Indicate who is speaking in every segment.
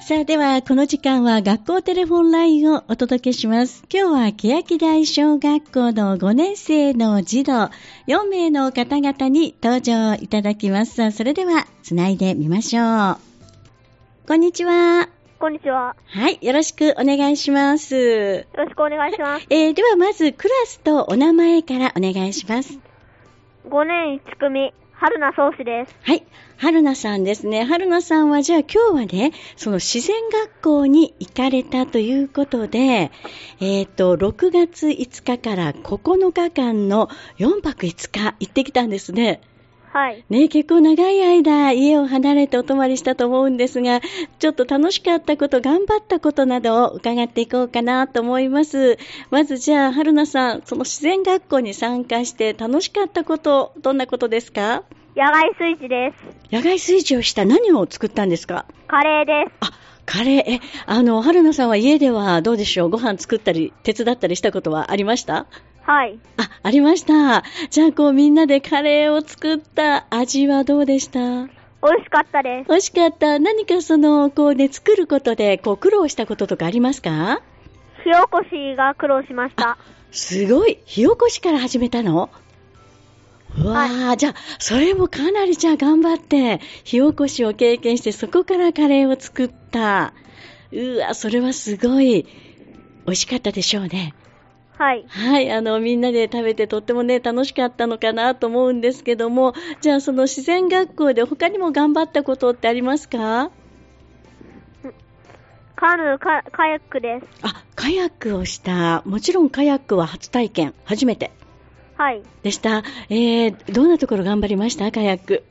Speaker 1: さあ、では、この時間は学校テレフォンラインをお届けします。今日は、欅台小学校の5年生の児童4名の方々に登場いただきます。さあそれでは、つないでみましょう。こんにちは。
Speaker 2: こんにちは。
Speaker 1: はい、よろしくお願いします。
Speaker 2: よろしくお願いします。
Speaker 1: えーでは、まず、クラスとお名前からお願いします。
Speaker 2: 5年1組、春名宗志です。
Speaker 1: はい。春菜さんですね。春菜さんは、じゃあ今日はね、その自然学校に行かれたということで、えっ、と、6月5日から9日間の4泊5日行ってきたんですね。
Speaker 2: はい。
Speaker 1: ね、結構長い間家を離れてお泊まりしたと思うんですが、ちょっと楽しかったこと、頑張ったことなどを伺っていこうかなと思います。まずじゃあ、春菜さん、その自然学校に参加して楽しかったこと、どんなことですか
Speaker 2: 野外スイッチです。
Speaker 1: 野外炊事をした何を作ったんですか
Speaker 2: カレーです。
Speaker 1: あ、カレー、え、あの、春菜さんは家ではどうでしょうご飯作ったり、手伝ったりしたことはありました
Speaker 2: はい。
Speaker 1: あ、ありました。じゃあ、こうみんなでカレーを作った味はどうでした
Speaker 2: 美味しかったです。
Speaker 1: 美味しかった。何かその、こうね、作ることで、こう苦労したこととかありますか
Speaker 2: 火起こしが苦労しました。
Speaker 1: すごい火起こしから始めたのうわー、じゃあ、それもかなりじゃあ頑張って、火起こしを経験して、そこからカレーを作った。うわ、それはすごい、美味しかったでしょうね。
Speaker 2: はい。
Speaker 1: はい、あの、みんなで食べてとってもね、楽しかったのかなと思うんですけども、じゃあ、その自然学校で他にも頑張ったことってありますか
Speaker 2: カヌー、カカヤックです。
Speaker 1: あ、カヤックをした。もちろんカヤックは初体験、初めて
Speaker 2: はい。
Speaker 1: でした。えー、どんなところ頑張りましたカヤック。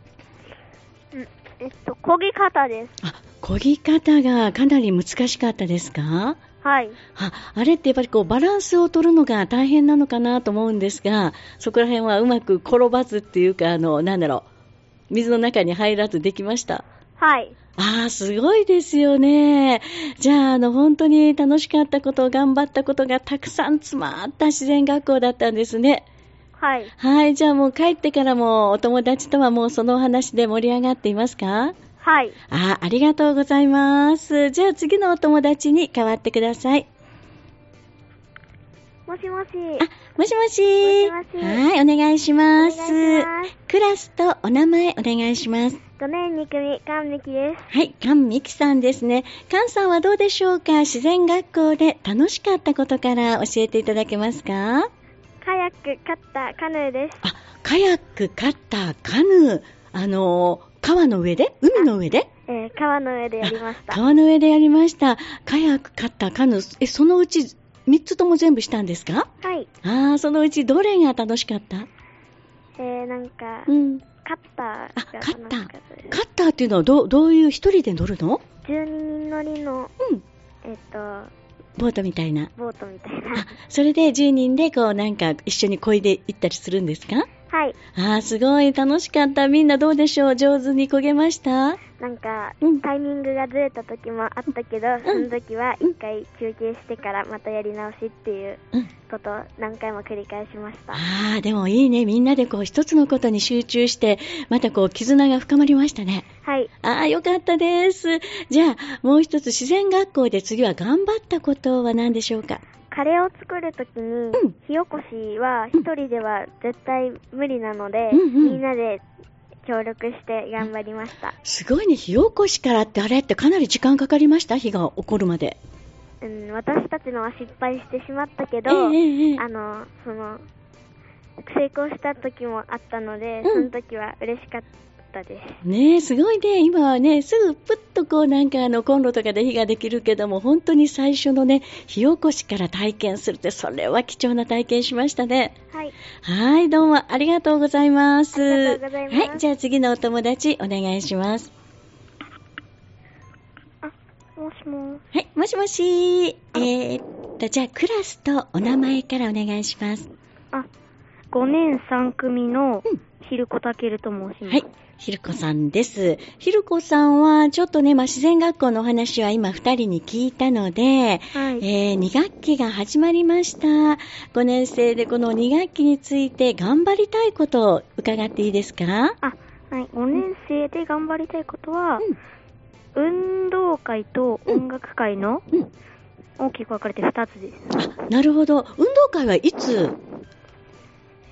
Speaker 2: うんえっと、漕ぎ方です。
Speaker 1: あ、漕ぎ方がかなり難しかったですか
Speaker 2: はい。
Speaker 1: あ、あれってやっぱりこうバランスを取るのが大変なのかなと思うんですが、そこら辺はうまく転ばずっていうか、あの、なんだろう、水の中に入らずできました。
Speaker 2: はい。
Speaker 1: ああ、すごいですよね。じゃあ、あの、本当に楽しかったこと、頑張ったことがたくさん詰まった自然学校だったんですね。
Speaker 2: はい。
Speaker 1: はい、じゃあもう帰ってからもお友達とはもうそのお話で盛り上がっていますか
Speaker 2: はい。
Speaker 1: あーありがとうございます。じゃあ次のお友達に代わってください。
Speaker 2: もしもし。
Speaker 1: あ、もしもし。
Speaker 2: もしもし
Speaker 1: はい、お願いします。
Speaker 2: お願いします
Speaker 1: クラスとお名前お願いします。
Speaker 2: 5年2組、神美希です。
Speaker 1: はい、菅美希さんですね。菅さんはどうでしょうか自然学校で楽しかったことから教えていただけますか
Speaker 2: カヤック、カッター、カヌーです。
Speaker 1: あ、カヤック、カッター、カヌー、あのー川の上で海の上で
Speaker 2: えー川の上でやりました。
Speaker 1: 川の上でやりました。カヤック、カッター、カヌー、え、そのうち3つとも全部したんですか
Speaker 2: はい。
Speaker 1: ああ、そのうちどれが楽しかった
Speaker 2: えー、なんか、
Speaker 1: うん。
Speaker 2: カッタ
Speaker 1: あ、
Speaker 2: ーが
Speaker 1: カッター
Speaker 2: 楽しかったです。
Speaker 1: カッターっていうのはどう、どういう一人で乗るの
Speaker 2: 12人乗りの、
Speaker 1: うん。
Speaker 2: えっと、
Speaker 1: ボートみたいな。
Speaker 2: ボートみたい
Speaker 1: あ
Speaker 2: な。、
Speaker 1: それで10人でこうなんか一緒に漕いで行ったりするんですか
Speaker 2: はい。
Speaker 1: あーすごい楽しかった。みんなどうでしょう上手に漕げました
Speaker 2: なんか、
Speaker 1: うん
Speaker 2: タイミングがずれた時もあったけど、その時は一回休憩してからまたやり直しっていう
Speaker 1: うん。
Speaker 2: ことを何回も繰り返しました。
Speaker 1: ああ、でもいいね。みんなでこう一つのことに集中して、またこう絆が深まりましたね。
Speaker 2: はい。
Speaker 1: ああ、よかったです。じゃあ、もう一つ自然学校で次は頑張ったことは何でしょうか
Speaker 2: カレーを作るときに、
Speaker 1: ん
Speaker 2: 火起こしは一人では絶対無理なので、
Speaker 1: うんうん
Speaker 2: みんなで協力して頑張りました。
Speaker 1: すごいね。火起こしからってあれってかなり時間かかりました火が起こるまで。
Speaker 2: うん、私たちのは失敗してしまったけど、
Speaker 1: ええええ
Speaker 2: あの、その、成功した時もあったので、
Speaker 1: うん
Speaker 2: その時は嬉しかったです。
Speaker 1: ねえ、すごいね。今はね、すぐプッとこうなんかあのコンロとかで火ができるけども、本当に最初のね、火起こしから体験するって、それは貴重な体験しましたね。
Speaker 2: はい。
Speaker 1: はい、どうもありがとうございます。
Speaker 2: ありがとうございます
Speaker 1: はい、じゃあ次のお友達お願いします。
Speaker 2: あ、もしもし。
Speaker 1: はい、もしもし。えーっと、じゃあクラスとお名前からお願いします。
Speaker 2: あ、5年3組の
Speaker 1: うん
Speaker 2: ひるこたけると申します。
Speaker 1: はい。ひるこさんです。ひるこさんは、ちょっとね、まあ、自然学校のお話は今二人に聞いたので、
Speaker 2: はい
Speaker 1: えー、2学期が始まりました。5年生でこの2学期について頑張りたいことを伺っていいですか
Speaker 2: あ、はい。5年生で頑張りたいことは、
Speaker 1: うん
Speaker 2: 運動会と音楽会の
Speaker 1: うん。
Speaker 2: 大きく分かれて2つです。
Speaker 1: あ、なるほど。運動会はいつ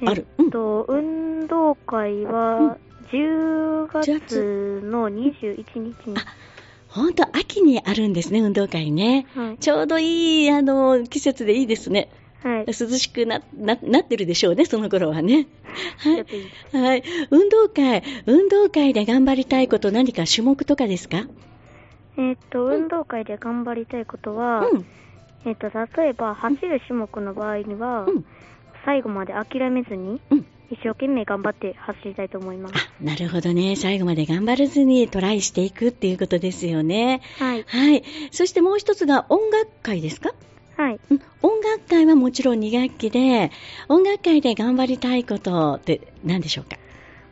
Speaker 1: ある
Speaker 2: えっと、運動会は10月の21日に。
Speaker 1: 本当秋にあるんですね、運動会ね。
Speaker 2: はい。
Speaker 1: ちょうどいい、あの、季節でいいですね。
Speaker 2: はい。
Speaker 1: 涼しくな、な、なってるでしょうね、その頃はね。は
Speaker 2: ちょっ
Speaker 1: い。
Speaker 2: といい
Speaker 1: はい。運動会、運動会で頑張りたいこと何か種目とかですか
Speaker 2: えっと、運動会で頑張りたいことは、
Speaker 1: うん。
Speaker 2: えっと、例えば走る種目の場合には、
Speaker 1: うん。
Speaker 2: 最後まで諦めずに、
Speaker 1: うん。
Speaker 2: 一生懸命頑張って走りたいと思います。
Speaker 1: あ、なるほどね。最後まで頑張らずにトライしていくっていうことですよね。
Speaker 2: はい。
Speaker 1: はい。そしてもう一つが音楽会ですか
Speaker 2: はい。
Speaker 1: うん音楽会はもちろん2学期で、音楽会で頑張りたいことって何でしょうか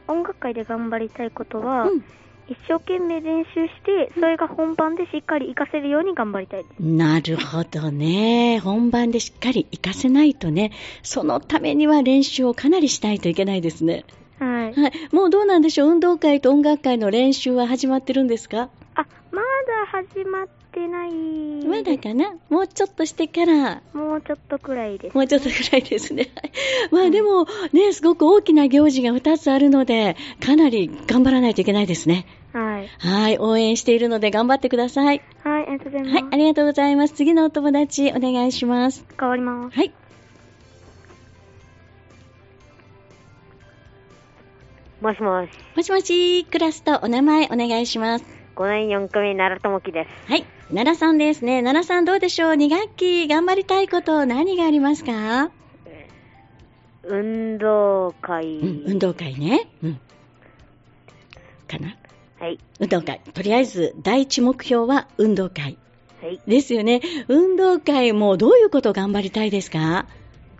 Speaker 2: 音楽会で頑張りたいことは、
Speaker 1: うん
Speaker 2: 一生懸命練習して、それが本番でしっかり活かせるように頑張りたいです。
Speaker 1: なるほどね。本番でしっかり活かせないとね、そのためには練習をかなりしないといけないですね。
Speaker 2: はい。
Speaker 1: はい。もうどうなんでしょう運動会と音楽会の練習は始まってるんですか
Speaker 2: あ、まだ始まってないです。
Speaker 1: まだかなもうちょっとしてから
Speaker 2: もうちょっとくらいです。
Speaker 1: もうちょっとぐらいですね。はいまあでもね、すごく大きな行事が2つあるので、かなり頑張らないといけないですね。
Speaker 2: はい。
Speaker 1: はい、応援しているので頑張ってください。
Speaker 2: はい、ありがとうございます。
Speaker 1: はい、ありがとうございます。次のお友達お願いします。
Speaker 2: 変わります。
Speaker 1: はい。
Speaker 3: もしもし、
Speaker 1: もしもし、クラスとお名前お願いします。
Speaker 3: 5年4組、奈良智樹です。
Speaker 1: はい、奈良さんですね。奈良さんどうでしょう ?2 学期頑張りたいこと何がありますか、
Speaker 3: 運動会。
Speaker 1: うん、運動会ね。うん。かな
Speaker 3: はい、
Speaker 1: 運動会。とりあえず、第一目標は運動会。
Speaker 3: はい。
Speaker 1: ですよね。運動会もどういうことを頑張りたいですか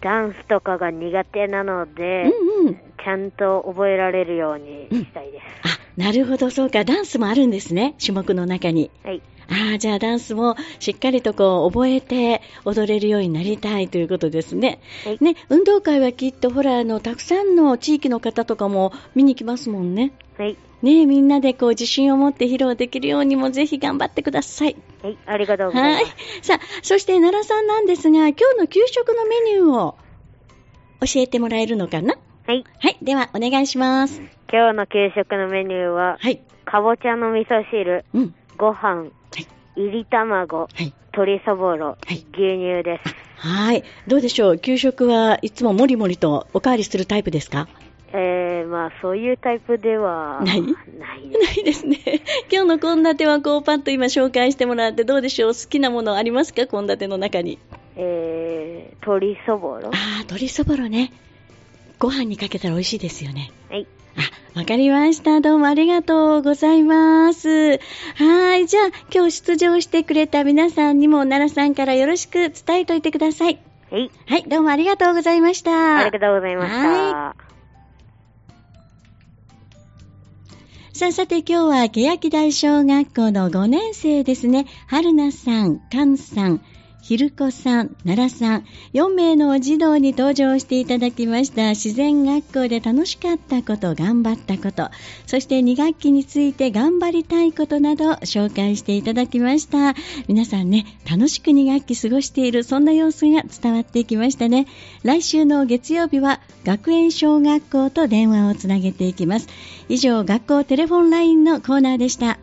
Speaker 3: ダンスとかが苦手なの
Speaker 1: う
Speaker 3: で、
Speaker 1: んうん。
Speaker 3: ちゃんと覚えられるようにしたいで
Speaker 1: あ、なるほど、そうか。ダンスもあるんですね。種目の中に。
Speaker 3: す。はい、
Speaker 1: ああ、じゃあダンスもしっかりとこう覚えて踊れるようになりたいということですね。
Speaker 3: はい
Speaker 1: ね、運動会はきっとほら、あの、たくさんの地域の方とかも見に来ますもんね。
Speaker 3: はい、
Speaker 1: ねえ、みんなでこう自信を持って披露できるようにもぜひ頑張ってください。
Speaker 3: はい、ありがとうござ
Speaker 1: はいい
Speaker 3: ます。。
Speaker 1: さあ、そして奈良さんなんですが、今日の給食のメニューを教えてもらえるのかな
Speaker 3: はい、
Speaker 1: はい、ではお願いします。
Speaker 3: 今日の給食のメニューは、
Speaker 1: はい。
Speaker 3: かぼちゃの味噌汁、
Speaker 1: うん。
Speaker 3: ご飯、
Speaker 1: はい。
Speaker 3: いり卵、
Speaker 1: はい。
Speaker 3: 鶏そぼろ、
Speaker 1: はい
Speaker 3: 牛乳です。
Speaker 1: はい。どうでしょう給食はいつももりもりとおかわりするタイプですか
Speaker 3: えー、まあ、そういうタイプでは、
Speaker 1: ない
Speaker 3: ないです。
Speaker 1: ないですね。今日の献立はこうパッと今紹介してもらってどうでしょう好きなものありますか献立の中に。
Speaker 3: えー、鶏そぼろ。
Speaker 1: あ
Speaker 3: は
Speaker 1: あ、鶏そぼろね。ご飯にかけたら美味しいですよね。
Speaker 3: い。
Speaker 1: あ、わかりました。どうもありがとうございます。はい。じゃあ、今日出場してくれた皆さんにも奈良さんからよろしく伝えといてください。
Speaker 3: はい。
Speaker 1: はい。どうもありがとうございました。
Speaker 3: ありがとうございました。
Speaker 1: さあ、さて今日は、欅台小学校の5年生ですね。春菜さん、菅さん、ひるこさん、奈良さん、4名の児童に登場していただきました。自然学校で楽しかったこと、頑張ったこと、そして2学期について頑張りたいことなど紹介していただきました。皆さんね、楽しく2学期過ごしている、そんな様子が伝わってきましたね。来週の月曜日は、学園小学校と電話をつなげていきます。以上、学校テレフォンラインのコーナーでした。